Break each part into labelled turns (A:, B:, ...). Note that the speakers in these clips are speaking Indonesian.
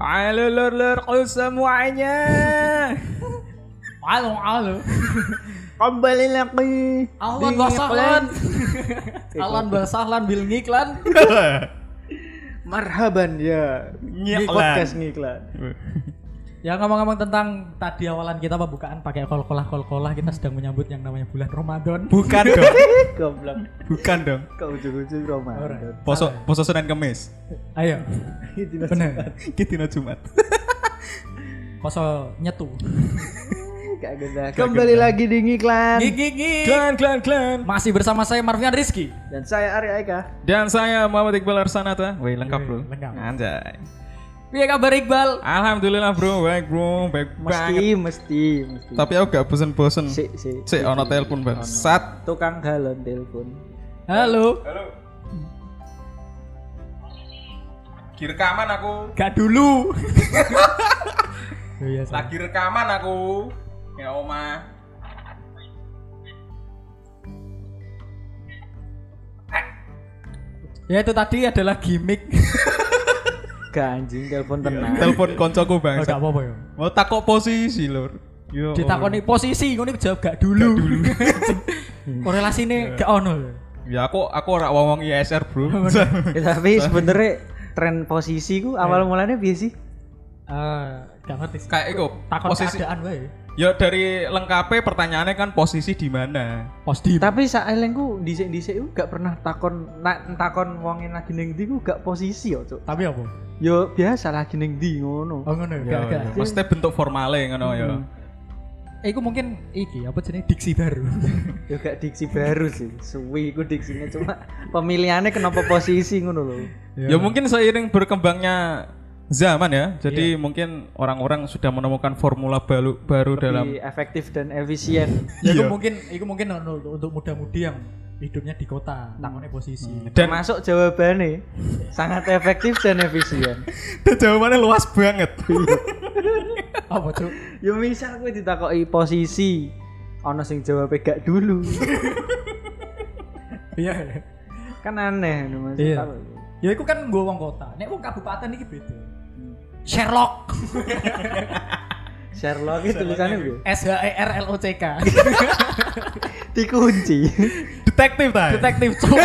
A: Halo lur lur kul semuanya.
B: Halo, halo.
A: Kembali lagi.
B: Alan
A: di
B: wasahlan.
A: Ngiklan.
B: Alan wasahlan bil ngiklan.
A: Marhaban ya. Di
C: Ngiklan.
A: podcast ngiklan.
B: Ya ngomong-ngomong tentang tadi awalan kita pembukaan pakai kol-kolah kol-kolah kita sedang menyambut yang namanya bulan Ramadan.
C: Bukan dong,
A: Goblok.
C: bukan dong.
A: Kau ujung-ujung Ramadan.
C: Poso poso Senin Kamis.
B: Ayo.
A: Gitu lah.
B: Bener.
C: Kita Jumat.
B: Koso nyetu.
A: Gak guna. Kembali lagi di ngiklan.
B: Gigi
C: Klan klan klan.
B: Masih bersama saya Marvian Rizky.
A: Dan saya Arya Eka.
C: Dan saya Muhammad Iqbal Arsanata. Wih lengkap bro.
B: lengkap.
C: Anjay.
B: Iya kabar Iqbal?
C: Alhamdulillah bro, baik bro, baik banget.
A: Mesti, mesti, mesti.
C: Tapi aku gak bosen-bosen.
A: Si, si.
C: Sik ono telepon bangsat.
A: Tukang galon telepon.
B: Halo.
C: Halo. Lagi rekaman aku.
B: Gak dulu. Iya,
C: Lagi rekaman aku. Ya oma.
B: Ya itu tadi adalah gimmick.
A: Gak anjing telepon tenang.
C: Telepon koncoku
B: Oh,
C: bangsat.
B: gak apa-apa ya.
C: Mau takok posisi lur. Yo.
B: Ditakoni posisi, ngono jawab Oh, gak dulu. Korelasinya gak ono. lho.
C: Ya aku aku ora wong ISR, Bro.
A: Ya, tapi sebenernya tren posisi ku awal mulanya biasa sih.
B: Eh, gak ngerti sih.
C: Kayak iku
B: Takon
C: posisi.
B: keadaan wae.
C: Ya dari lengkapnya pertanyaannya kan posisi di mana?
B: Pos di.
A: Tapi saeleng ku dhisik-dhisik ku gak pernah takon nak takon wonge lagi ning ndi ku gak posisi yo, Cuk.
B: Tapi apa?
A: Yo biasa lagi ning ndi ngono.
B: Oh ngono ya.
C: Ya,
A: iya.
B: gak- gak.
C: Maksudnya bentuk formalnya ngono ya.
B: Eh, Iku mungkin iki apa jenis diksi baru.
A: Yo gak diksi baru sih. Suwi ku diksinya cuma pemilihannya kenapa posisi ngono lho.
C: Ya mungkin seiring berkembangnya zaman ya. Jadi
A: Iya.
C: mungkin orang-orang sudah menemukan formula baru baru dalam
A: Di efektif dan efisien.
B: Ya, Iku mungkin iku mungkin ono untuk muda-mudi yang hidupnya di kota, takone posisi.
C: dan
A: Termasuk jawabannya sangat efektif dan efisien.
C: dan jawabannya luas banget.
B: Apa cuk?
A: Yo misal kowe ditakoki posisi ono sing jawab gak dulu.
B: Iya. iya.
A: kan aneh ngono Mas.
B: Iya. Ya iku kan gue wong kota. Nek wong kabupaten iki beda. Hmm. Sherlock.
A: Sherlock itu tulisannya piye?
B: S H E R L O C K.
A: Dikunci.
C: Detektif ta.
B: Detektif cuk.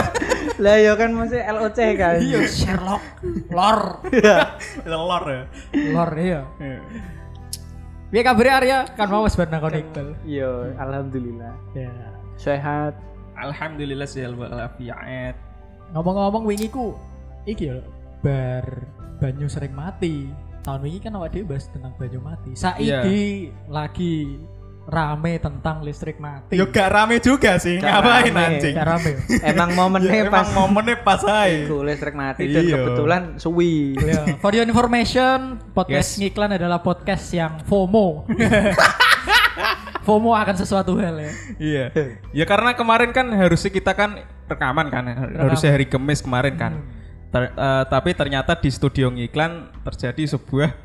A: lah ya kan masih LOC kan.
B: Iya Sherlock. Lor.
C: Iya. Lelor ya.
B: Lor iya. Piye kabare Arya? Kan mau wis bareng kon Iqbal.
A: Iya, alhamdulillah.
B: Ya.
A: Sehat.
C: Alhamdulillah Iya. sehat walafiat.
B: ngomong-ngomong wingi ku iki ya bar banyu sering mati tahun wingi kan awak dhewe bahas tentang banyu mati saiki lagi rame tentang listrik mati
C: Yo gak rame juga sih.
A: Gak
C: Ngapain
A: rame.
C: anjing?
B: Gak rame ya?
A: Emang momennya
C: Ya,
A: pas
C: emang momennya pas ae.
A: iku listrik mati dan
C: Iya.
A: kebetulan suwi.
B: Ya, For your information, podcast
C: Yes.
B: ngiklan adalah podcast yang FOMO. FOMO akan sesuatu hal ya.
C: Iya. Ya karena kemarin kan harusnya kita kan rekaman kan, harusnya hari Kamis kemarin kan.
A: Hmm.
C: Ter- eh, tapi ternyata di studio ngiklan terjadi sebuah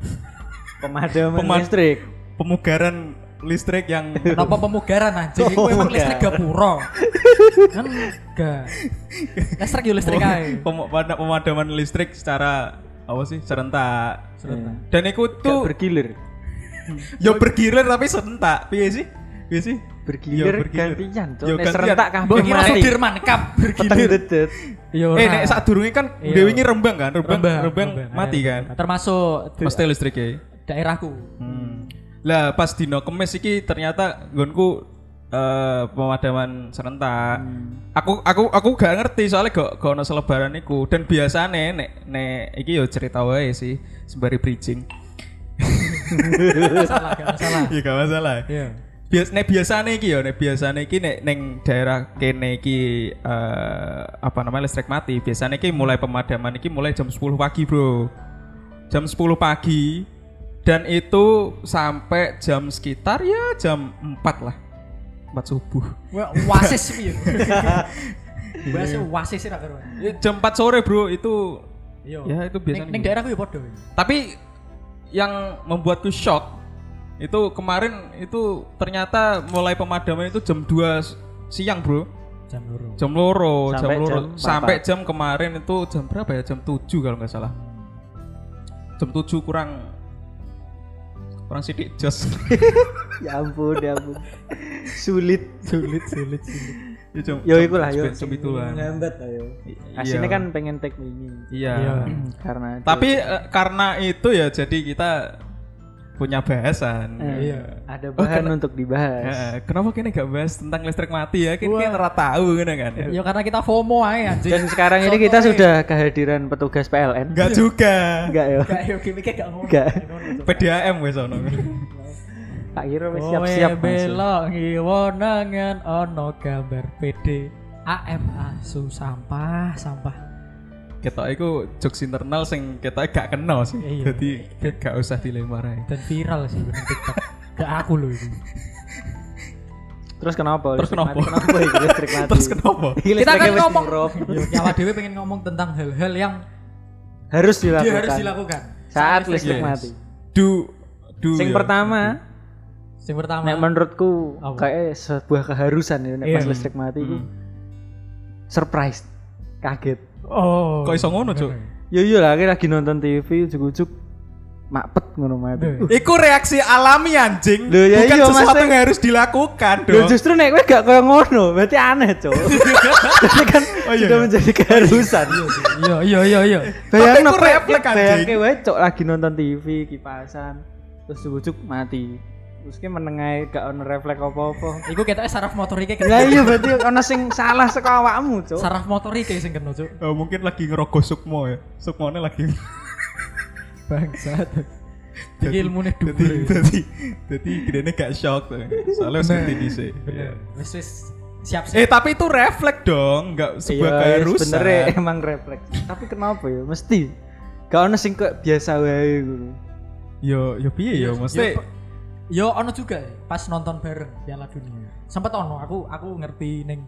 A: Pemadaman
C: Pemad-
A: listrik.
C: pemugaran listrik yang
B: Kenapa pemugaran anjing? Iku emang
A: Pemugaran.
B: listrik gapura. kan enggak. Listrik yo listrik ae.
C: pem- pada pemadaman listrik secara apa sih serentak.
B: Serentak.
C: Dan itu
A: Iya. Gak
C: tuh
A: bergilir.
C: ya bergilir tapi serentak. Piye sih? Piye sih?
A: Bergilir
C: Ya,
A: gantian tuh.
C: Ya,
A: Nek
C: gantian.
A: serentak kan. kabeh
B: Mbok kira
A: mati.
B: Sudirman Cup
A: Peteng
B: bergilir.
A: dedet.
B: Yo,
C: Eh, nek saat durungnya kan
B: Iya.
C: Dewi ini rembang kan, rembang, rembang,
B: Rembang,
C: mati
B: ayo.
C: kan.
B: Termasuk di-
C: Pasti listriknya.
B: daerahku.
C: Hmm. Lah pas dino kemis iki ternyata gonku eh, pemadaman serentak. Aku aku aku gak ngerti soalnya gak gak ono selebaran iku dan biasane nek nek iki yo cerita wae sih sembari bridging.
B: Gak salah, gak salah.
C: Iya gak masalah.
B: Iya.
C: Bias, nek biasane iki yo nek biasane iki nek ning daerah kene iki eh, apa namanya listrik mati. Biasane iki mulai pemadaman iki mulai jam 10 pagi, Bro. Jam 10 pagi dan itu sampai jam sekitar ya jam 4 lah. 4 subuh.
B: Wah, iya. Wasis piye?
C: Iya.
B: Bahasa wasis ra karo.
C: Ya, jam 4 sore, Bro. Itu
B: Yo.
C: Ya, itu biasa gitu.
B: Ning Iya. daerahku ya podo.
C: tapi yang membuatku shock itu kemarin itu ternyata mulai pemadaman itu jam 2 siang, Bro.
B: Jam loro.
C: jam loro jam
A: Sampai
C: loro
A: jam
C: sampai jam kemarin itu jam berapa ya jam 7 kalau nggak salah jam 7 kurang kurang sidik jos.
A: ya ampun ya ampun sulit
B: sulit sulit sulit
C: Ya, jam-
A: yo
C: jam-
A: iku lah yo Iya.
C: jam- jam itulah.
D: Menghambat ayo.
A: aslinya
C: Iya.
A: kan pengen take mini
C: Iya.
B: Iya.
A: karena itu
C: Tapi eh, karena itu ya jadi kita punya bahasan.
B: iya
A: ada bahan untuk dibahas
C: Eh, kenapa kini gak bahas tentang listrik mati ya? Kini
B: Wah.
C: kita tahu gitu kan
A: Iya.
C: ya.
B: ya karena kita FOMO aja anjing
A: dan sekarang ini kita sudah kehadiran petugas PLN
C: Enggak juga.
A: enggak ya
B: gak yo gimmicknya gak ngono
A: Gak.
B: Gak ngono, Cuk.
C: PDAM wes ono.
A: tak kira wis
B: Kowe
A: siap-siap langsung.
B: belok ngiwo nengen ono gambar PD AM asu sampah sampah
C: Kita iku jokes internal sing kita gak kenal sih.
B: Iya.
C: Jadi gak usah dilemarai.
B: dan viral sih di TikTok gak aku loh itu
A: terus kenapa
C: Terus
A: Listrik
C: kenapa?
A: mati? kenapa iki listrik mati
C: Terus kenapa?
A: Iki
B: kita
A: listriknya
B: kan
A: wis
B: ngomong
A: murub.
B: Yo, nyawa dewi pengen ngomong tentang hal-hal yang
A: harus
B: dia harus
A: dilakukan
B: dilakukan
A: saat listrik
C: Yes.
A: mati
C: Du du.
A: sing
C: ya.
A: pertama
B: yang pertama
A: nek menurutku
B: Ah. Apa?
A: kayak sebuah keharusan ya nek
B: Iya.
A: pas listrik mati iku
C: Hmm.
A: surprise kaget
B: oh
C: Kok iso ngono, Cuk?
A: yo yo lah akhirnya lagi nonton TV ujuk-ujuk makpet ngono mati
B: Duh.
C: Iku reaksi alami anjing.
A: Loh, ya
C: Bukan
A: iya,
C: sesuatu
A: Mas.
C: yang harus dilakukan
A: Yo
C: dong.
A: justru nek kowe gak koyo ngono, berarti aneh, Cuk.
C: iya.
A: Berarti kan
C: Oh, iya,
A: sudah
C: iya.
A: menjadi keharusan.
B: iya iya iya iya
A: Bayangno
C: Tapi ku
A: kowe
C: refleks, anjing.
A: bayangke wae cok lagi nonton TV kipasan terus dibujuk mati. Terus ki menengae gak ono refleks apa-apa.
B: Iku ketoknya saraf motor iki kena.
A: Lah iya berarti ono sing salah saka awakmu, Cuk.
B: Saraf motor iki sing kena, Cuk.
C: Eh, mungkin lagi ngerogoh sukmo ya. Sukmone lagi
B: Bangsat. Iki ilmune
C: jadi
B: dhuwur. ya.
C: jadi jadi gedene gak shock tuh. Soalnya wis ngerti dhisik.
B: Bener. Wis wis siap
C: Eh
B: siap.
C: tapi itu refleks dong, nggak sebuah keharusan.
A: sebenere Iya, emang refleks. Tapi kenapa ya? Mesti gak ono sing kok biasa wae ngono.
C: Yo yo piye Iya, yo mesti
B: Yo, Yo ono juga ya, pas nonton bareng Piala Dunia. Sempet ono aku aku ngerti ning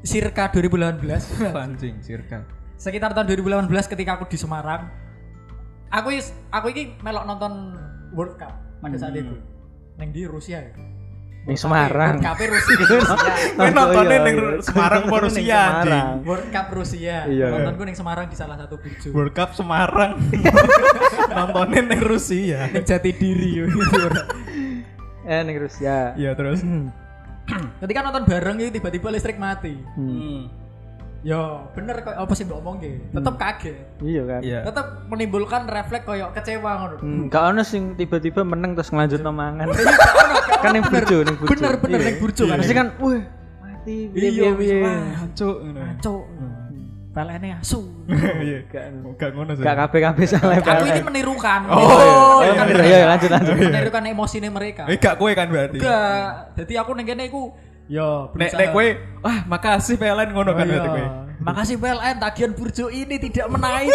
B: circa 2018
C: Iya. anjing circa.
B: sekitar tahun 2018 ketika aku di Semarang aku is- aku iki melok nonton World Cup pada saat itu neng di Rusia ya
A: Ning Semarang.
B: World Cup Rusia
A: Oh,
C: Kowe nontonnya
A: iya,
C: ning
A: iya.
C: Semarang apa
A: Nontonnya ning
C: Rusia anjing?
A: Semarang.
B: World Cup Rusia
A: Iya.
B: nonton gue neng Semarang di salah satu burjo
C: World Cup Semarang. Nontonin ning Rusia.
B: Ning jati diri yo.
A: Eh ning Rusia. Hmm,
C: Iya terus.
B: ketika nonton bareng itu tiba-tiba listrik mati
C: Hmm.
B: yo bener kok apa sih mbok omong tetep kaget
A: Hmm. Iya kan.
C: Iya.
B: tetep menimbulkan refleks koyo kecewa ngono
A: Hmm, gak ono sing tiba-tiba meneng terus ngelanjut
C: Iya.
A: no mangan. kan yang
B: Bener.
A: burjo, yang burjo.
B: bener bener
A: Iya.
B: neng burjo kan
A: Pasti kan, wih mati, piye
B: Iya,
A: piye piye.
B: wah.
C: Ancuk ngono.
B: Cuk.
A: Hmm.
B: Pelene asu.
C: Iya.
A: Gak
C: Gak ngono sih.
A: gak kabeh kabeh salah
B: Aku
A: PLN.
B: ini menirukan.
C: Oh,
B: Menirukan
A: iya, bener.
B: mereka.
A: Iya, lanjut, lanjut.
B: Menirukan emosine mereka.
C: Eh gak kowe kan berarti.
B: Enggak. Jadi aku ning kene iku ya, yo
C: Nek nek kowe wah makasih PLN ngono kan berarti kowe.
B: Oh, iya. Makasih PLN tagihan burjo ini tidak menaik,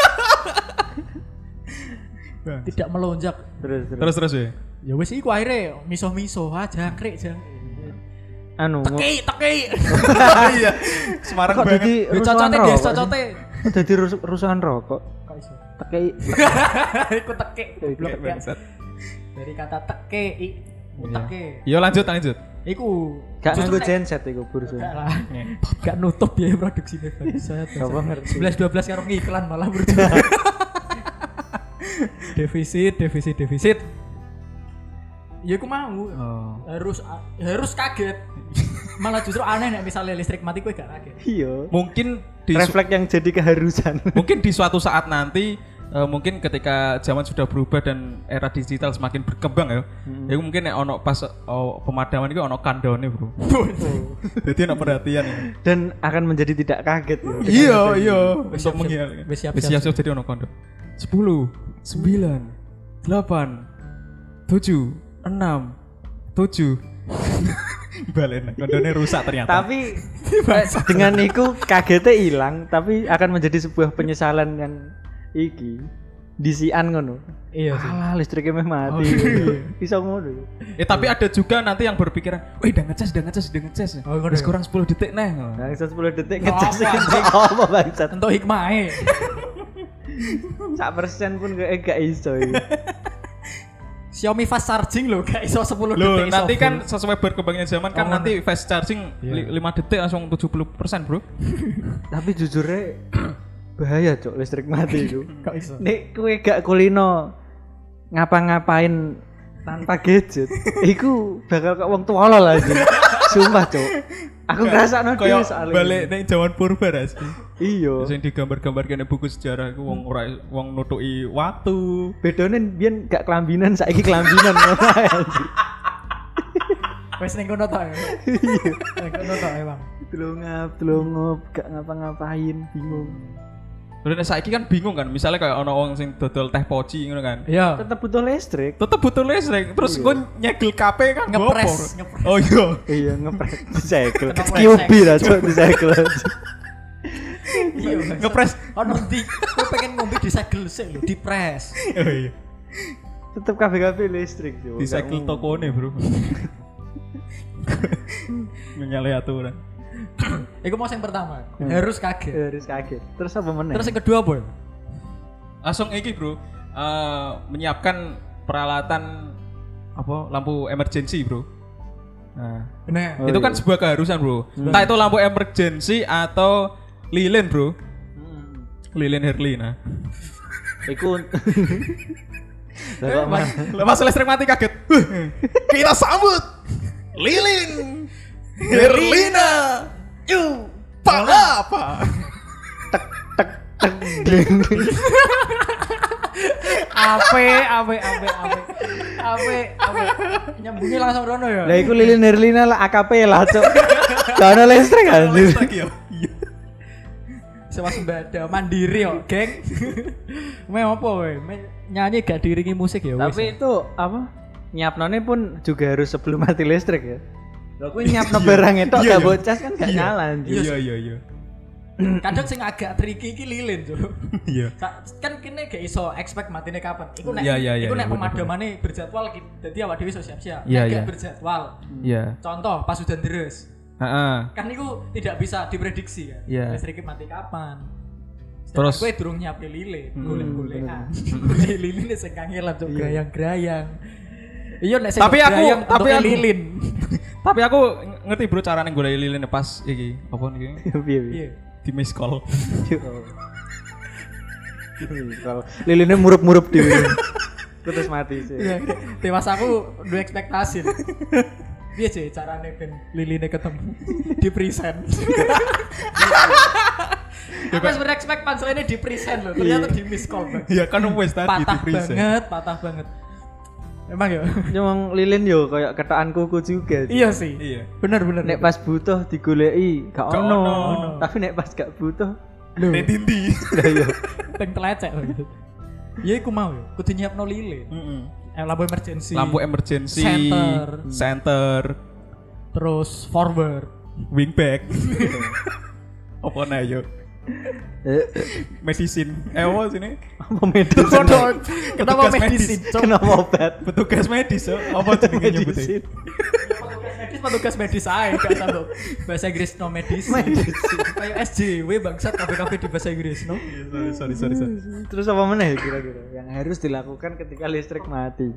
C: Bang.
B: tidak melonjak.
A: Terus terus.
C: Nah, Terus terus ya.
B: Ya wis iku akhirnya miso-miso aja krek jang.
A: Anu, kok
B: Teki, teki.
C: Iya. Semarang banget.
A: dadi rusuhan
B: Cocote dia
A: rokok?
B: cocote.
A: Kok Dadi rus- rusuhan rokok.
B: Kok iso?
A: Tekei
B: Iku teki goblok
C: Kayak
B: ya.
C: bangsat.
B: Dari kata teki, i, teki.
C: Yo lanjut lanjut.
B: Iku
A: gak
B: justru
A: nganggo
B: nek-
A: genset iku burjo.
B: Gak lah. Gak nutup biaya produksi nih bangsat.
A: Apa ngerti?
B: 11 12 karo iklan malah berjuang. defisit, defisit, defisit. Ya aku mau.
C: Oh.
B: Harus harus kaget. Malah justru aneh nek misalnya listrik mati gue gak kaget.
A: Iya.
C: Mungkin di su-
A: Refleks yang jadi keharusan.
C: mungkin di suatu saat nanti eh, mungkin ketika zaman sudah berubah dan era digital semakin berkembang ya. Ya mungkin nek ono pas oh, pemadaman itu ono kandone, Bro. Jadi ono perhatian. ya.
A: Dan akan menjadi tidak kaget ya.
C: Iya, iya. Untuk mengiyakan.
B: Wis siap,
C: Wis
B: siap,
C: siap-siap jadi ono kondo. 10, 9, 8, 7, 6, 7. Balen, kondone rusak ternyata.
A: Tapi dengan itu kagetnya hilang, tapi akan menjadi sebuah penyesalan yang iki disian ngono.
B: Iya sih. Oh, iya.
A: Alah listriknya meh mati. Iya. Bisa ngono.
C: Eh tapi ada juga nanti yang berpikiran, "Wih, udah ngecas, udah ngecas, udah ngecas."
B: Oh, ngono
C: Wis
B: ya?
C: kurang 10 detik neh.
A: Bangsat 10 detik
B: Apa,
A: ngecas iki
B: anjing?
A: apa bangsat.
B: Untuk hikmahnya.
A: Sak persen pun gak gak iso iya. iki.
B: Xiaomi fast charging loh, gak iso 10
C: Loh,
B: detik iso
C: nanti
B: full.
C: kan sesuai berkembangnya zaman kan
B: Oh,
C: nanti fast charging li-
B: Iya.
C: 5 detik langsung 70%, Bro.
A: Tapi jujurnya bahaya cok listrik mati itu
B: Kok iso?
A: nek kue gak kulino ngapa-ngapain tanpa gadget iku bakal kok wong tua lo lagi sumpah cok aku ngerasa no
C: Kayak
A: dhewe soalnya
C: balik nih zaman purba Ras.
A: iya
C: Terus yang digambar-gambar kene buku sejarah iku wong ora wong nutuki watu.
A: bedone biyen gak kelambinan saiki kelambinan
B: Wes ning kono tok. ya.
A: Iya.
B: Ning kono tok ya, emang.
A: telungap telungup gak ngapa-ngapain bingung
C: Terus nek saiki kan bingung kan, misalnya kayak ono wong sing dodol teh poci ngono kan.
B: Iya.
A: tetap butuh listrik
C: Tetep butuh listrik, terus gue nyegel kape kan
B: Ngepres,
C: ngopor.
B: ngepres.
C: Oh iya.
A: iya ngepres disegel
B: Kenapa
A: kiubi lah cok disegel aja.
B: Iya. Wes.
C: Ngepres.
B: Ono ndi? Kowe pengen ngombe disegel sik lho, dipres.
C: Oh iya.
A: tetap kafe-kafe listrik cok
C: Disegel tokone, Bro. Menyalahi aturan.
B: Iku mau yang pertama. Harus kaget.
A: harus kaget terus apa meneh
B: Terus yang kedua apa?
C: Langsung iki, Bro. Eh, menyiapkan peralatan apa lampu emergency, Bro. Nah,
B: Nah,
A: Oh,
C: itu kan
A: iya. Hmm.
C: sebuah keharusan bro. Entah itu lampu emergency atau lilin bro. Lilin nah. Herlina.
A: Iku
C: Eh,
A: Lah, kok mah-
C: Lepas listrik mati kaget. Kita sambut lilin Herlina. Yuk, pak
A: Iya.
C: apa?
B: ape ape ape ape ape ape nyambungnya langsung rono ya.
A: Lah iku lilin Herlina lah AKP lah cok. Gak ada listrik anjir.
C: Lagi ya.
B: Sewasembada mandiri kok, geng. Me apa we? Me nyanyi gak diringi musik ya wis.
A: Tapi itu apa? Nyiapnone pun juga harus sebelum mati listrik ya. Lah kuwi nyiapno barang itu
C: Iya,
A: gak
C: iya.
A: bocas kan gak nyala anjir.
C: Iya iya iya.
B: kadang sing agak tricky iki lilin, Cuk.
C: Iya.
B: Sa- kan kene gak iso expect matine kapan. Iku nek
C: Iya, iya, iya,
B: iku nek
C: iya, bener,
B: pemadamane berjadwal ki- dadi awak dhewe iso siap-siap.
C: Iya,
B: Nek gak
C: iya.
B: berjadwal.
A: Hmm.
C: Iya.
B: Contoh pas udan deres.
C: Heeh.
B: Kan iku tidak bisa diprediksi kan.
C: Iya.
B: Listrik mati kapan.
C: Terus- Hmm,
B: gue durung nyiapin lilin, golek-golekan. Jadi lilin sing kangelan
C: Iya.
B: cuk grayang-grayang. Iya nek sing
C: Tapi aku-
B: grayang
C: tapi
B: bentuknya
C: aku-
B: lilin.
C: Tapi aku ng- ngerti bro carane golek lilin pas iki apa niki?
A: Piye piye.
B: Iya.
C: Di miss call.
A: Yo. Kalau lilinnya murup-murup di terus mati sih.
B: Iya. Tewas aku dua ekspektasi. Iya sih carane ben liline ketemu di present. Aku harus berekspek panselnya di present loh, ternyata di miss call Bang.
C: Iya kan wes tadi
B: Patah
C: present.
B: banget, patah banget. Emang ya?
A: Cuma lilin yo kayak ketokan kuku juga. Cok.
B: iya sih.
C: Iya.
B: Bener bener.
A: Nek pas butuh digoleki gak
C: Gak
A: ono.
C: ono.
A: Tapi nek pas gak butuh
B: Loh.
C: Nek dindi.
A: lah
C: iya.
A: yo.
B: Teng telecek loh gitu. Iya, aku mau ya. Kudu nyiapno lilin.
C: Heeh.
B: Eh, lampu emergency.
C: lampu emergency
B: Center.
C: center,
B: Terus forward.
C: wingback apa nah yuk
A: Eh,
C: medicine eh apa sini
A: apa medis?
C: Petugas
B: Kenapa medicine? Cok?
A: Kenapa obat?
C: petugas medis yuk. apa jenenge nyebutnya
A: Medis.
B: petugas medis petugas medis ae gak usah mbok. bahasa Inggris no medis
A: Medis.
B: kayak SJW bangsat kabeh-kabeh di bahasa Inggris no
C: Iya, sorry sorry sorry, sorry.
A: Terus apa meneh kira-kira yang harus dilakukan ketika listrik mati?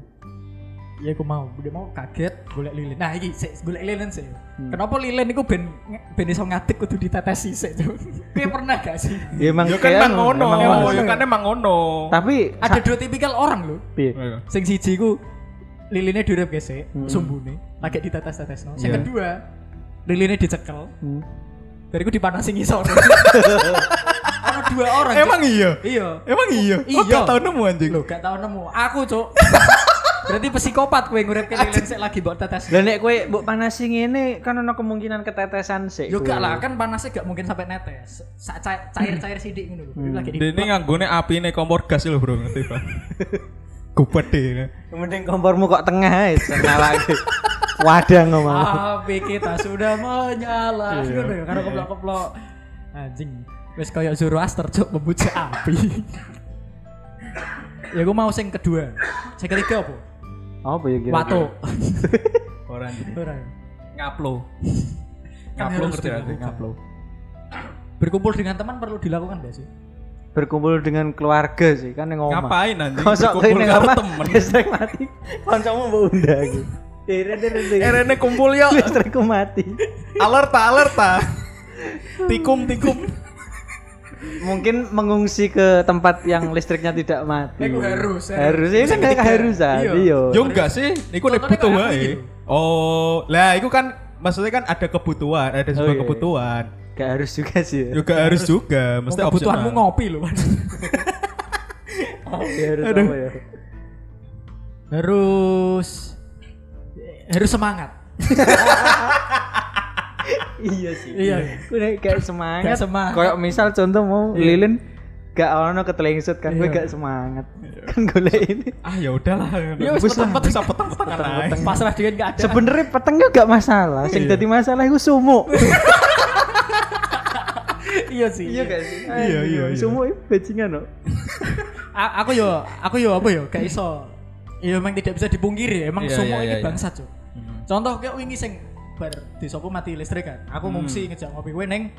B: ya aku mau udah mau kaget golek lilin nah iki sik golek lilin sik kenapa lilin iku ben ben iso ngatik kudu ditetesi sik Cuk? kowe pernah gak sih
A: Ya emang
C: Yo kan
A: kayak
C: emang ngono,
A: emang
C: yo,
A: ngono.
C: yo kan emang ngono.
A: Tapi
B: ada dua tipikal orang lho
A: piye?
C: Ayo.
B: sing siji ku lilinnya durep gesek sumbune lagi ditetes-tetes no sing
C: Hmm. Iya.
B: kedua lilinnya dicekel
A: Hmm.
B: bariku dipanasin ngisor ada dua orang Cuk.
C: Emang iya.
B: iya
C: Emang iya.
B: Iya.
C: Oh, gak tau nemu anjing.
B: Loh, gak tau nemu. Aku, Cuk. Berarti psikopat kowe ngurip lilin sik lagi mbok tetes.
A: Lah nek kowe mbok panasi ngene kan ono kemungkinan ketetesan sik.
B: Yo
A: kowe.
B: gak
C: iya.
B: lah, kan panasnya gak mungkin sampai netes. Sa- ca- cair-cair sidik ngono lho. Ini Lagi di
C: Hmm. Dene nganggone apine kompor gas lho, Bro, ngerti, Pak. Gubede.
A: Mending kompormu kok tengah ae lagi. Wadang ngomong.
B: api kita sudah menyala. Ngono ya, karena keplok-keplok. Anjing. Wis koyo Zoroaster, Cuk, membujuk api. ya gua mau sing kedua. Sing ketiga apa?
A: Apa ya kira?
B: Watuk.
C: Orang
B: Ora. ya?
C: ngaplo.
B: Kan
C: Ngaplo
B: harus
C: ngerti ngerti,
B: dilakukan.
C: ngaplo.
B: Berkumpul dengan teman perlu dilakukan gak sih?
A: Berkumpul dengan keluarga sih kan yang ngomong.
C: Ngapain anjing?
A: Kosok kowe
C: Kumpul
A: ning
C: karo
A: apa?
C: temen.
A: Listrik mati. Kancamu mbok undang iki. Dere dere dere.
C: Erene kumpul yo.
A: Listrikku mati.
C: alerta alerta tikum tikum
A: mungkin mengungsi ke tempat yang listriknya tidak mati.
B: Iku harus, ya.
A: Harus ini kan
B: Ketiga.
A: keharusan.
B: Iya.
A: Iya.
C: Yo enggak sih, iku nek
B: Contohnya
C: butuh
B: kayak aku
C: wae.
B: gitu.
C: Oh, lah iku kan maksudnya kan ada kebutuhan, ada sebuah
A: iya.
C: kebutuhan.
A: Gak harus juga sih. Ya.
C: Juga harus juga, mesti
B: kebutuhanmu
C: opsional.
B: ngopi loh Mas.
A: Ya harus
B: Aduh.
A: apa ya?
B: harus harus semangat
A: Iya sih.
B: iya
A: Gue nek gak semangat.
B: Gak semangat.
A: Kayak misal contoh mau lilin gak ono ketelengsut kan gue
B: Iya.
A: gak semangat. Kan golek ini.
C: Ah ya udahlah.
B: Iya, wis
C: Wis lah,
B: peteng-peteng.
C: bisa peteng-peteng kan ae.
B: pasrah dengan gak ada
A: Sebenernya petengnya gak masalah. Sing
C: Iya.
A: jadi masalah itu sumuk.
B: iya sih
A: Iya gak sih?
C: Iya, iya, iya.
A: Sumuk itu bajingan no.
B: A- aku yo aku yo apa yo gak iso ya memang tidak bisa dipungkiri ya emang
C: Iya,
B: semua
C: iya,
B: ini
C: iya,
B: bangsat cuy contoh kayak wingi sing bar di sopo mati listrik kan aku
C: Hmm.
B: ngungsi ngejak ngopi kowe neng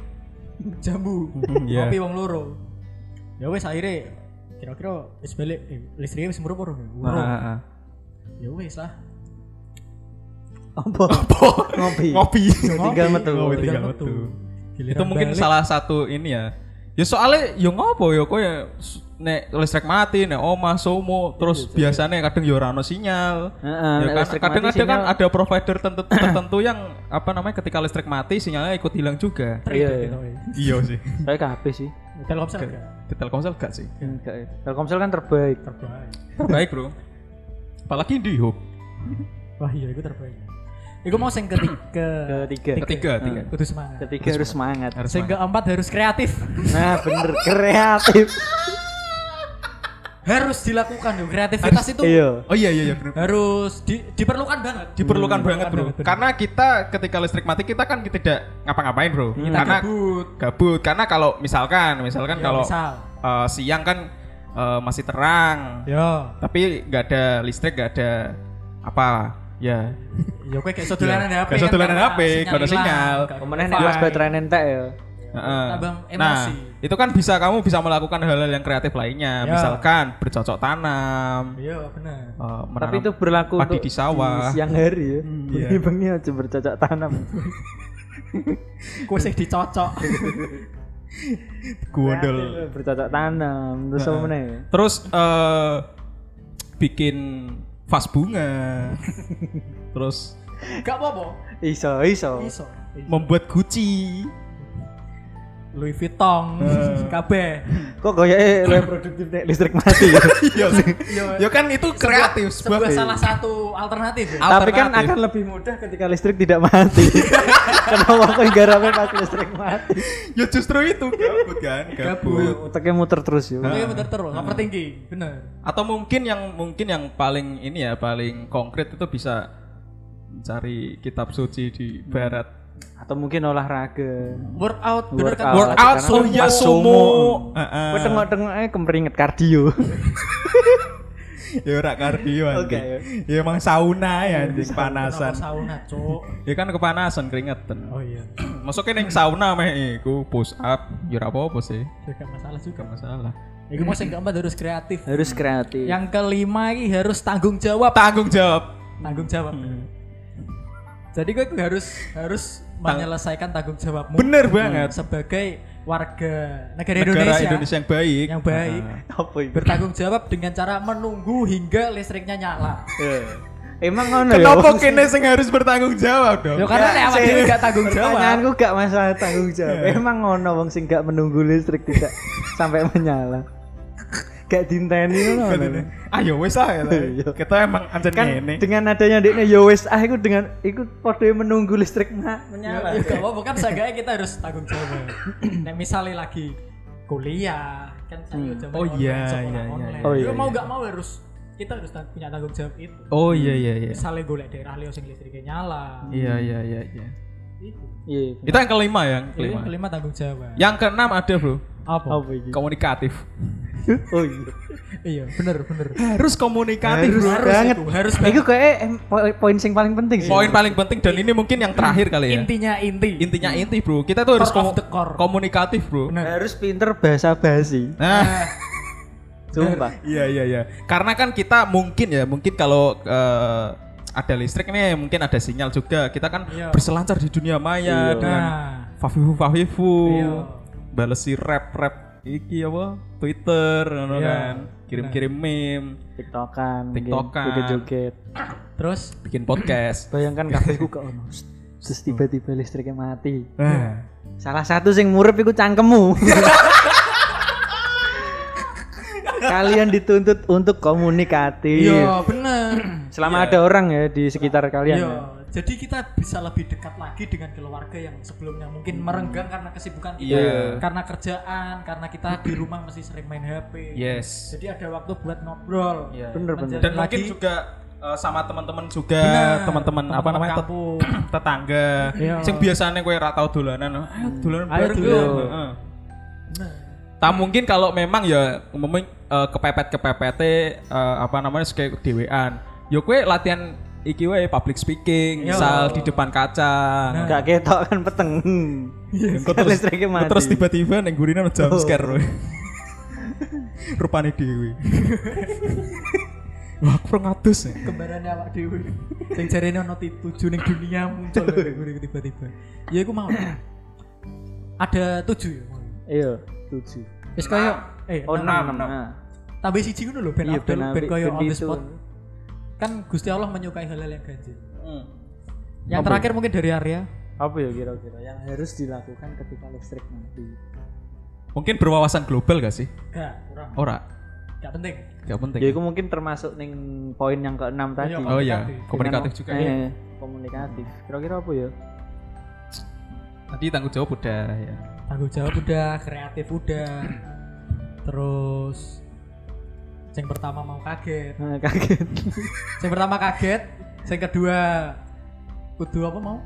B: jambu
C: Iya.
B: ngopi wong loro ya wis akhirnya kira-kira wis balik eh, listriknya wis murah-murah murah
C: Heeh.
B: ya wis lah
A: Apa? Ngopi.
C: Ngopi.
A: Tinggal metu.
C: Ngopi
B: Tinggal
C: tinggal
B: metu.
C: metu.
B: Giliran
C: Itu mungkin
B: balik.
C: salah satu ini ya. Ya soalnya yo ngopo ya, yo kowe nek listrik mati, nek omah somo, terus biasanya kadang yo ora ono sinyal.
A: Heeh,
C: Ya
A: nek
C: kan,
A: listrik
C: kadang
A: mati
C: ada kan
A: sinyal-
C: ada provider tentu- tertentu yang apa namanya ketika listrik mati sinyalnya ikut hilang juga.
B: Trade
A: Iya,
B: gitu,
A: iya.
B: eh.
C: iya sih.
A: Saya kabeh sih.
B: Telkomsel gak?
C: Di Telkomsel gak sih?
A: Enggak. ya. Telkomsel kan terbaik.
B: terbaik
C: Terbaik, Bro. Apalagi di Hub.
B: wah iya itu terbaik Iku mau sing ketiga
A: Ketiga.
C: Ketiga, tiga.
B: kudu semangat
A: Ketiga harus semangat.
C: Harus
B: sing keempat harus kreatif
A: Nah, bener kreatif.
B: harus dilakukan yo kreativitas itu
A: Iya.
C: Oh iya iya iya. Bro.
B: harus di- diperlukan banget
C: Diperlukan banget, Bro.
B: banget, bener.
C: Karena kita ketika listrik mati kita kan tidak ngapa-ngapain, Bro.
B: Iya.
C: Karena
B: kabut
C: gabut. Karena kalau misalkan misalkan
B: Ya,
C: kalau
B: misal. Iya.
C: eh, siang kan eh, masih terang.
B: yo
C: Tapi nggak ada listrik, nggak ada apa. Ya,
B: yo kowe kayak sodolanan
C: Iya, kayak
B: HP kan,
C: sodolanan
B: karena
C: HP, gak ada
B: hilang,
C: sinyal.
B: gak ada
A: Kemana nih
B: wifi.
A: Mas baterai nentek ya?
C: Heeh.
B: Tambah
C: Nah,
B: emosi.
C: itu kan bisa kamu bisa melakukan hal-hal yang kreatif lainnya,
B: Ya.
C: misalkan bercocok tanam,
B: iya bener
C: eh, menanam
A: Tapi itu berlaku
C: padi
A: untuk
C: di sawah.
A: di siang hari ya.
C: iya.
A: Bengi bengi aja bercocok tanam.
B: kowe sih dicocok
C: Gondol.
A: bercocok tanam terus apa meneh? ya?
C: Terus eh, bikin vas bunga. Terus
B: gak apa-apa
A: Iso, iso.
B: iso
C: membuat guci.
B: Louis Vuitton kabeh
A: Kok goyake lebih produktif nek listrik mati. ya?
C: Iya sih. Ya kan itu kreatif sebuah
B: sebuah salah satu alternatif ya.
A: Tapi kan
C: Alternatif.
A: akan lebih mudah ketika listrik tidak mati. Kenapa kok garapnya pas listrik mati?
C: Ya justru itu gabut kan, gabut.
A: Otaknya muter terus ya.
B: Oke, Iya, bener terus, overthinking. Bener.
C: Atau mungkin yang mungkin yang paling ini ya paling konkret itu bisa mencari kitab suci di barat.
A: Atau mungkin olahraga.
B: Workout, bener kan?
A: Workout. Workout,
C: Workout oh iya
A: Pas
C: sumo.
A: sumo.
C: Heeh.
A: Gue tengok-tengoknya kemeringet kardio.
C: ya ora kardio
A: Oke,
C: anjing. Ya emang sauna ya anjing
B: Kenapa
C: panasan.
B: sauna, Cuk?
C: Ya kan kepanasan keringetan.
B: Oh iya.
C: Masuknya neng sauna meh iku push up ya ora apa-apa sih.
B: Ya gak masalah juga.
C: Gak masalah.
B: Iku mau sing keempat harus kreatif.
A: Harus kreatif.
B: Yang kelima ini harus tanggung jawab.
C: Tanggung jawab.
B: Tanggung jawab.
C: Hmm.
B: Jadi gue harus harus menyelesaikan tanggung jawabmu. Hmm.
C: Bener banget.
B: Sebagai warga negara,
C: Negara
B: Indonesia,
C: Indonesia yang baik.
B: yang baik
A: apa itu?
B: bertanggung jawab dengan cara menunggu hingga listriknya nyala.
A: Eh, Emang ngono ya?
C: Kenapa kene sing harus bertanggung jawab dong?
B: Ya karena nek awak dhewe gak tanggung jawab.
A: Pertanyaanku gak masalah tanggung jawab. Emang ngono wong sing gak menunggu listrik tidak sampai menyala. Gak dinteni ngono.
C: Katanya, Ayo wes ya lah.
A: Iya.
C: Kita emang anjen
A: Kan
C: ngene.
A: dengan adanya dekne ya wis ah iku dengan iku padha menunggu listrik ma-
B: Ya
A: menyala.
B: gak apa-apa kan seenggaknya kita harus tanggung jawab. Nek misalnya lagi kuliah kan saya zaman
C: Oh iya,
B: online,
C: iya,
B: sekolah
C: iya,
B: online.
C: iya.
A: Oh iya,
B: Ya mau
A: iya.
B: gak mau harus kita harus tang- punya tanggung jawab itu.
C: Oh iya iya iya.
B: Misalnya golek daerah liyo sing listriknya nyala.
C: Iya iya iya iya.
B: Itu.
A: Iya.
C: Itu yang kelima ya, yang
B: Jadi
C: kelima.
B: yang kan kelima tanggung jawab.
C: Yang keenam ada, Bro.
B: Apa?
A: Apa iki?
C: Komunikatif.
A: Oh iya.
B: Iya, bener bener.
C: Harus komunikatif,
A: Harus
C: Bro.
B: Harus
A: banget.
B: itu, harus
A: Iku
B: banget.
A: kayak em, po- poin sing paling penting sih.
C: Poin paling penting dan ini mungkin yang terakhir kali ya.
B: Intinya inti.
C: Intinya inti, Bro. Kita tuh harus
B: Core
C: komu-
B: of the core.
C: komunikatif, Bro.
B: Bener.
A: Harus pinter bahasa basi.
C: Nah,
A: Sumpah.
C: Iya iya iya. Karena kan kita mungkin ya, mungkin kalau eh, ada listrik nih, mungkin ada sinyal juga. Kita kan
B: Iya.
A: Iya.
C: berselancar di dunia maya dengan
B: Nah,
C: fafifu fafifu,
B: Iya.
C: balesi rap rap iki apa Twitter ngono
B: Iya.
C: kan kirim-kirim meme
A: tiktokan
C: Tiktokan.
A: joget
B: Terus
C: bikin podcast
A: bayangkan kabehku gak ono terus tiba-tiba listriknya mati
C: nah
A: salah satu sing murep iku cangkemmu kalian dituntut untuk komunikatif
B: Iya, bener.
A: selama ada orang ya di sekitar kalian
B: Iya,
A: ya.
B: jadi kita bisa lebih dekat lagi dengan keluarga yang sebelumnya mungkin merenggang karena kesibukan kita,
C: Iya.
B: karena kerjaan, karena kita di rumah masih sering main HP.
C: yes
B: Jadi ada waktu buat ngobrol.
C: Iya.
A: bener bener
C: dan
B: Lagi-
C: mungkin juga eh, sama teman-teman juga
B: Benar.
C: teman-teman apa namanya tet-
B: Kampung.
C: tetangga
B: Iya.
C: sing biasanya kowe ora tau dolanan ayo dolanan
B: Ayo
C: bareng
B: dolan.
C: yuk. Heeh.
B: Bener.
C: Tak mungkin kalau memang ya memang kepepet kepepet apa namanya kayak dewean. Yo kue latihan iki wae public speaking,
B: Yo.
C: misal di depan kaca.
B: Nah.
A: gak ketok kan peteng
C: Engko
A: Kan listriknya mati.
C: engko Iya, terus tiba-tiba neng gurine ono jump scare kowe. Rupane dhewe. Wah, aku kurang atus ya.
B: Kembarannya awak dewi. Sing jarene ono ti- tujuh ning dunia muncul ngene tiba-tiba. Ya iku mau. Ada tujuh ya. mau.
A: iya tujuh
B: Wis koyo eh
A: oh
B: enam.
A: enam Nah.
B: tambah siji ngono lho ben
A: Iya,
B: Abdul
A: ben
B: ben
A: apik,
B: koyo
A: ben
B: on the
A: gitu.
B: spot. Kan Gusti Allah menyukai hal-hal yang ganjil. Yang terakhir mungkin dari Arya.
A: apa ya kira-kira yang harus dilakukan ketika listrik mati
C: Mungkin berwawasan global gak sih?
B: Enggak, kurang.
C: Ora,
B: Enggak penting.
C: gak penting.
A: ya itu mungkin termasuk ning poin yang keenam tadi
B: Iya,
C: Oh iya,
B: Komunikatif.
C: komunikatif juga.
A: eh, komunikatif kira-kira apa ya
C: Tadi tanggung jawab udah ya.
B: Tanggung jawab udah, kreatif udah. Terus yang pertama mau kaget.
A: Nah, kaget
B: Yang pertama kaget, yang kedua kudu apa mau?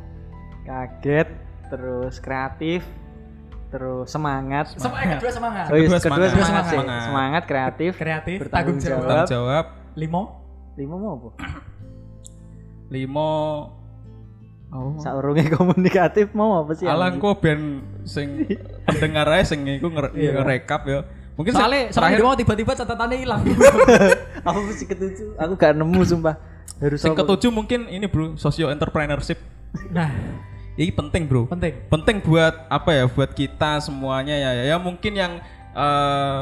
A: kaget terus kreatif terus semangat
B: Sama yang kedua semangat.
A: Oh, iya,
C: Kedua
A: kedua,
C: semangat.
A: semangat, sih.
C: Semangat.
A: semangat. kreatif.
B: Kreatif,
A: Bertanggung
B: tanggung jawab.
A: jawab.
C: Tanggung jawab
B: Limo,
A: Lima mau apa?
C: limo oh.
A: Saurunge komunikatif mau apa sih?
C: Alang kok ben sing pendengar ae sing iku ngere- ngerekap ya. Mungkin sing
B: soalnya soalnya
C: terakhir
B: dia mau tiba-tiba catatannya hilang.
A: Apa sih ketujuh? Aku gak nemu sumpah. Harus
C: sing
A: apa?
C: ketujuh mungkin ini Bro, socio entrepreneurship.
B: nah,
C: Ini penting, Bro.
B: penting.
C: Penting buat apa ya? Buat kita semuanya ya. Ya, ya mungkin yang eh,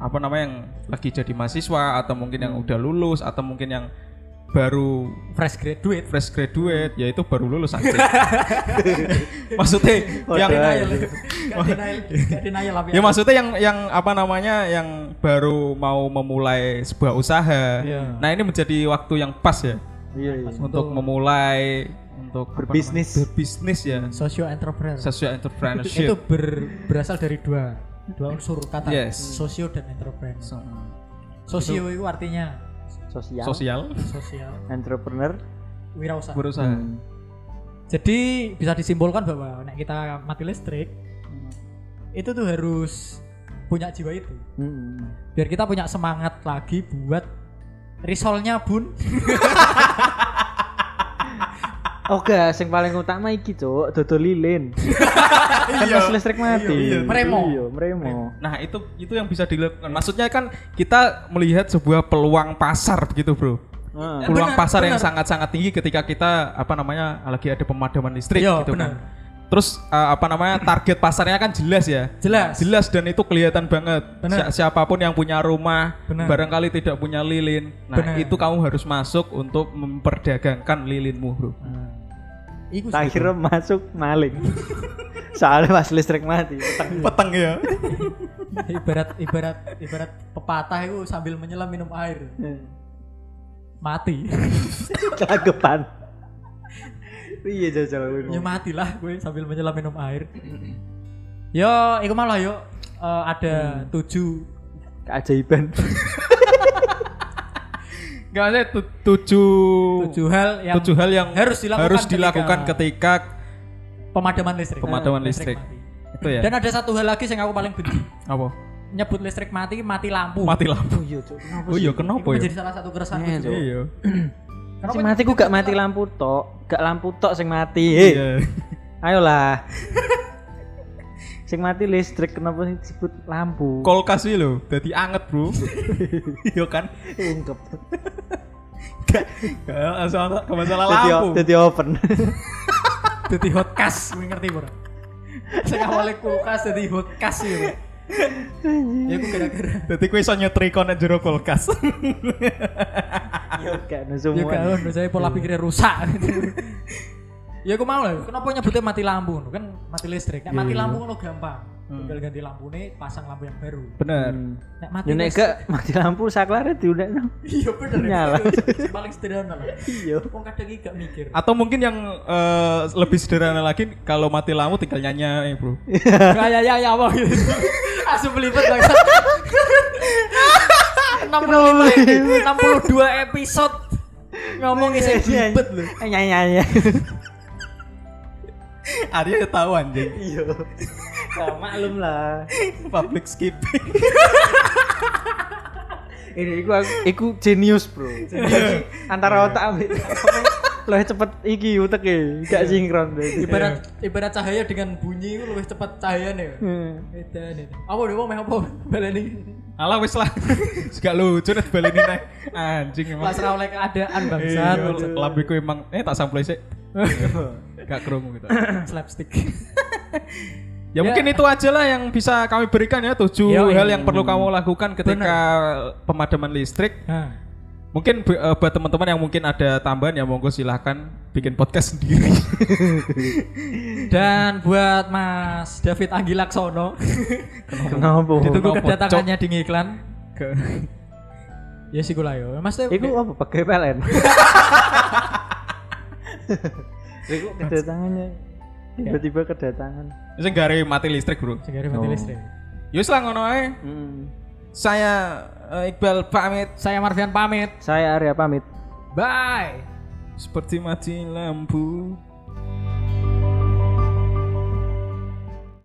C: apa namanya yang lagi jadi mahasiswa atau mungkin yang
B: Hmm.
C: udah lulus atau mungkin yang baru
B: Fresh graduate.
C: fresh graduate yaitu baru lulus aja. Maksudnya yang
B: Denial. Gak denial, gak denial apa
C: Ya maksudnya yang yang apa namanya yang baru mau memulai sebuah usaha.
B: Iya.
C: Nah, ini menjadi waktu yang pas ya
A: Iya, iya.
C: untuk memulai untuk apa
A: Berbisnis.
C: namanya, berbisnis ya.
B: Socio entrepreneur.
C: Sesuai
B: itu
C: entrepreneurship.
B: ber- berasal dari dua dua unsur kata
C: Yes.
B: sosio dan entrepreneur.
C: Hmm.
B: Sosio itu artinya
A: Sosial,
C: Sosial
B: sosial
A: entrepreneur.
B: wirausaha.
C: berusaha.
B: Hmm. Jadi bisa disimpulkan bahwa nek kita mati listrik itu tuh harus punya jiwa itu.
A: Hmm.
B: Biar kita punya semangat lagi buat risolnya bun
A: Oke, sing paling utama iki, Cuk, dodol lilin. kan pas listrik mati.
B: Iya, iya. Meremo.
A: Iya, meremo.
C: Nah, itu itu yang bisa dilakukan. Maksudnya kan kita melihat sebuah peluang pasar begitu, Bro.
A: Nah,
C: Peluang
B: Hmm. Benar,
C: pasar yang
B: benar.
C: sangat-sangat tinggi ketika kita apa namanya lagi ada pemadaman listrik
B: Iya,
C: gitu
B: benar.
C: kan. Terus eh, apa namanya target pasarnya kan jelas ya.
B: jelas.
C: jelas dan itu kelihatan banget
B: Benar.
C: Si- siapapun yang punya rumah
B: Benar.
C: barangkali tidak punya lilin nah
B: Benar.
C: itu kamu harus masuk untuk memperdagangkan lilinmu bro
B: Nah, Iku sih.
A: akhirnya masuk maling. Soalnya pas listrik mati.
C: peteng ya
B: ibarat ibarat ibarat pepatah itu sambil menyelam minum air mati.
A: Kelagepan. Iya, jajal.
B: ya mati lah gue sambil menyelam minum air yo iku malah yo eh, ada
C: Hmm.
B: tujuh
A: Keajaiban.
C: nggak ada tu- tujuh
B: tujuh hal yang
C: tujuh Oh. hal yang
B: harus dilakukan
C: harus
B: ketika-
C: dilakukan ketika,
B: pemadaman listrik
C: pemadaman
B: Eh,
C: listrik,
B: mati.
C: itu ya
B: dan ada satu hal lagi yang aku paling benci
C: apa
B: nyebut listrik mati mati lampu
C: mati lampu
A: Oh iya, Cuk. Kenapa
C: oh iya
B: Itu
C: kenapa ya
B: menjadi salah satu keresahan gue
A: Iya,
B: juga.
A: Cuk.
C: iya
B: Kenapa
A: Sing mati ku gak mati lampu tok, gak lampu tok sing mati. Hei,
C: Iya.
A: ayolah. sing mati listrik kenapa sing disebut lampu?
C: kulkas sih lo jadi anget bro iya kan
A: ungkep.
C: Nggak, soal masalah
A: Jadi
C: lampu
A: jadi open.
B: jadi hot kas gue ngerti bro saya awalnya kulkas jadi hot kas gitu Ya aku gara-gara
C: Iya, Dadi kowe iso nyetrika nang jero kulkas.
A: Yo gak ono
B: ya
A: semua.
B: gak ono, saya pola
A: Iya.
B: pikirnya rusak. ya aku mau lah, kenapa nyebutnya mati lampu? Kan mati listrik. Nek
A: Iya,
B: mati lampu kan lo gampang.
A: Hmm.
B: Tinggal ganti lampune, pasang lampu yang baru.
C: Bener.
B: Nek mati
A: Yo Ya, nek
B: listrik-
A: gak mati lampu saklare diundang.
B: Iya bener. ya.
A: Nyala.
B: Paling sederhana lah.
A: Iya.
B: Wong kadang iki gak mikir.
C: Atau mungkin yang eh, lebih sederhana lagi kalau mati lampu tinggal nyanyi, Bro.
B: Kayak ya ya wong. Asu belibet bangsa. 65 62 episode ngomong
A: Iya,
B: isih belibet lho.
A: Nyanyi-nyanyi.
C: Arya ya tahu anjing.
A: Iya. Gak maklum lah.
C: Public skipping.
A: Ini iku aku- iku genius, Iya. Bro. Jadi antara otak ambek loh cepet iki uteke gak sinkron berarti.
B: Ibarat ibarat cahaya dengan bunyi itu lebih cepat cahayane.
A: Hmm.
B: Edan edan. Apa dhewe meh apa baleni.
C: Alah wis lah. Gak lucu nih baleni nih. Anjing emang.
B: Pasrah oleh keadaan bangsat.
C: Iya, lambiku emang eh tak sampel sih. Gak kerungu gitu.
B: Slapstick.
C: Ya, mungkin itu aja lah yang bisa kami berikan ya tujuh
B: Yo,
C: hal
B: iya.
C: yang perlu kamu lakukan ketika pemadaman listrik.
B: Nah.
C: Mungkin bu- eh, buat teman-teman yang mungkin ada tambahan ya monggo silahkan bikin podcast sendiri.
B: Dan buat Mas David Anggi Laksono
A: Kenapa?
C: Kenapa,
B: ditunggu kedatangannya di iklan. Ya sih gula yo. Mas Dev.
A: Iku apa pakai PLN? Iku Iya. kedatangannya tiba-tiba kedatangan.
C: Wis gare mati listrik, Bro.
B: Segera mati listrik.
C: Yus lah ngono ae.
A: Hmm.
C: Saya eh, Iqbal pamit
B: Saya Marvian pamit.
A: Saya Arya pamit.
B: Bye.
C: seperti mati lampu.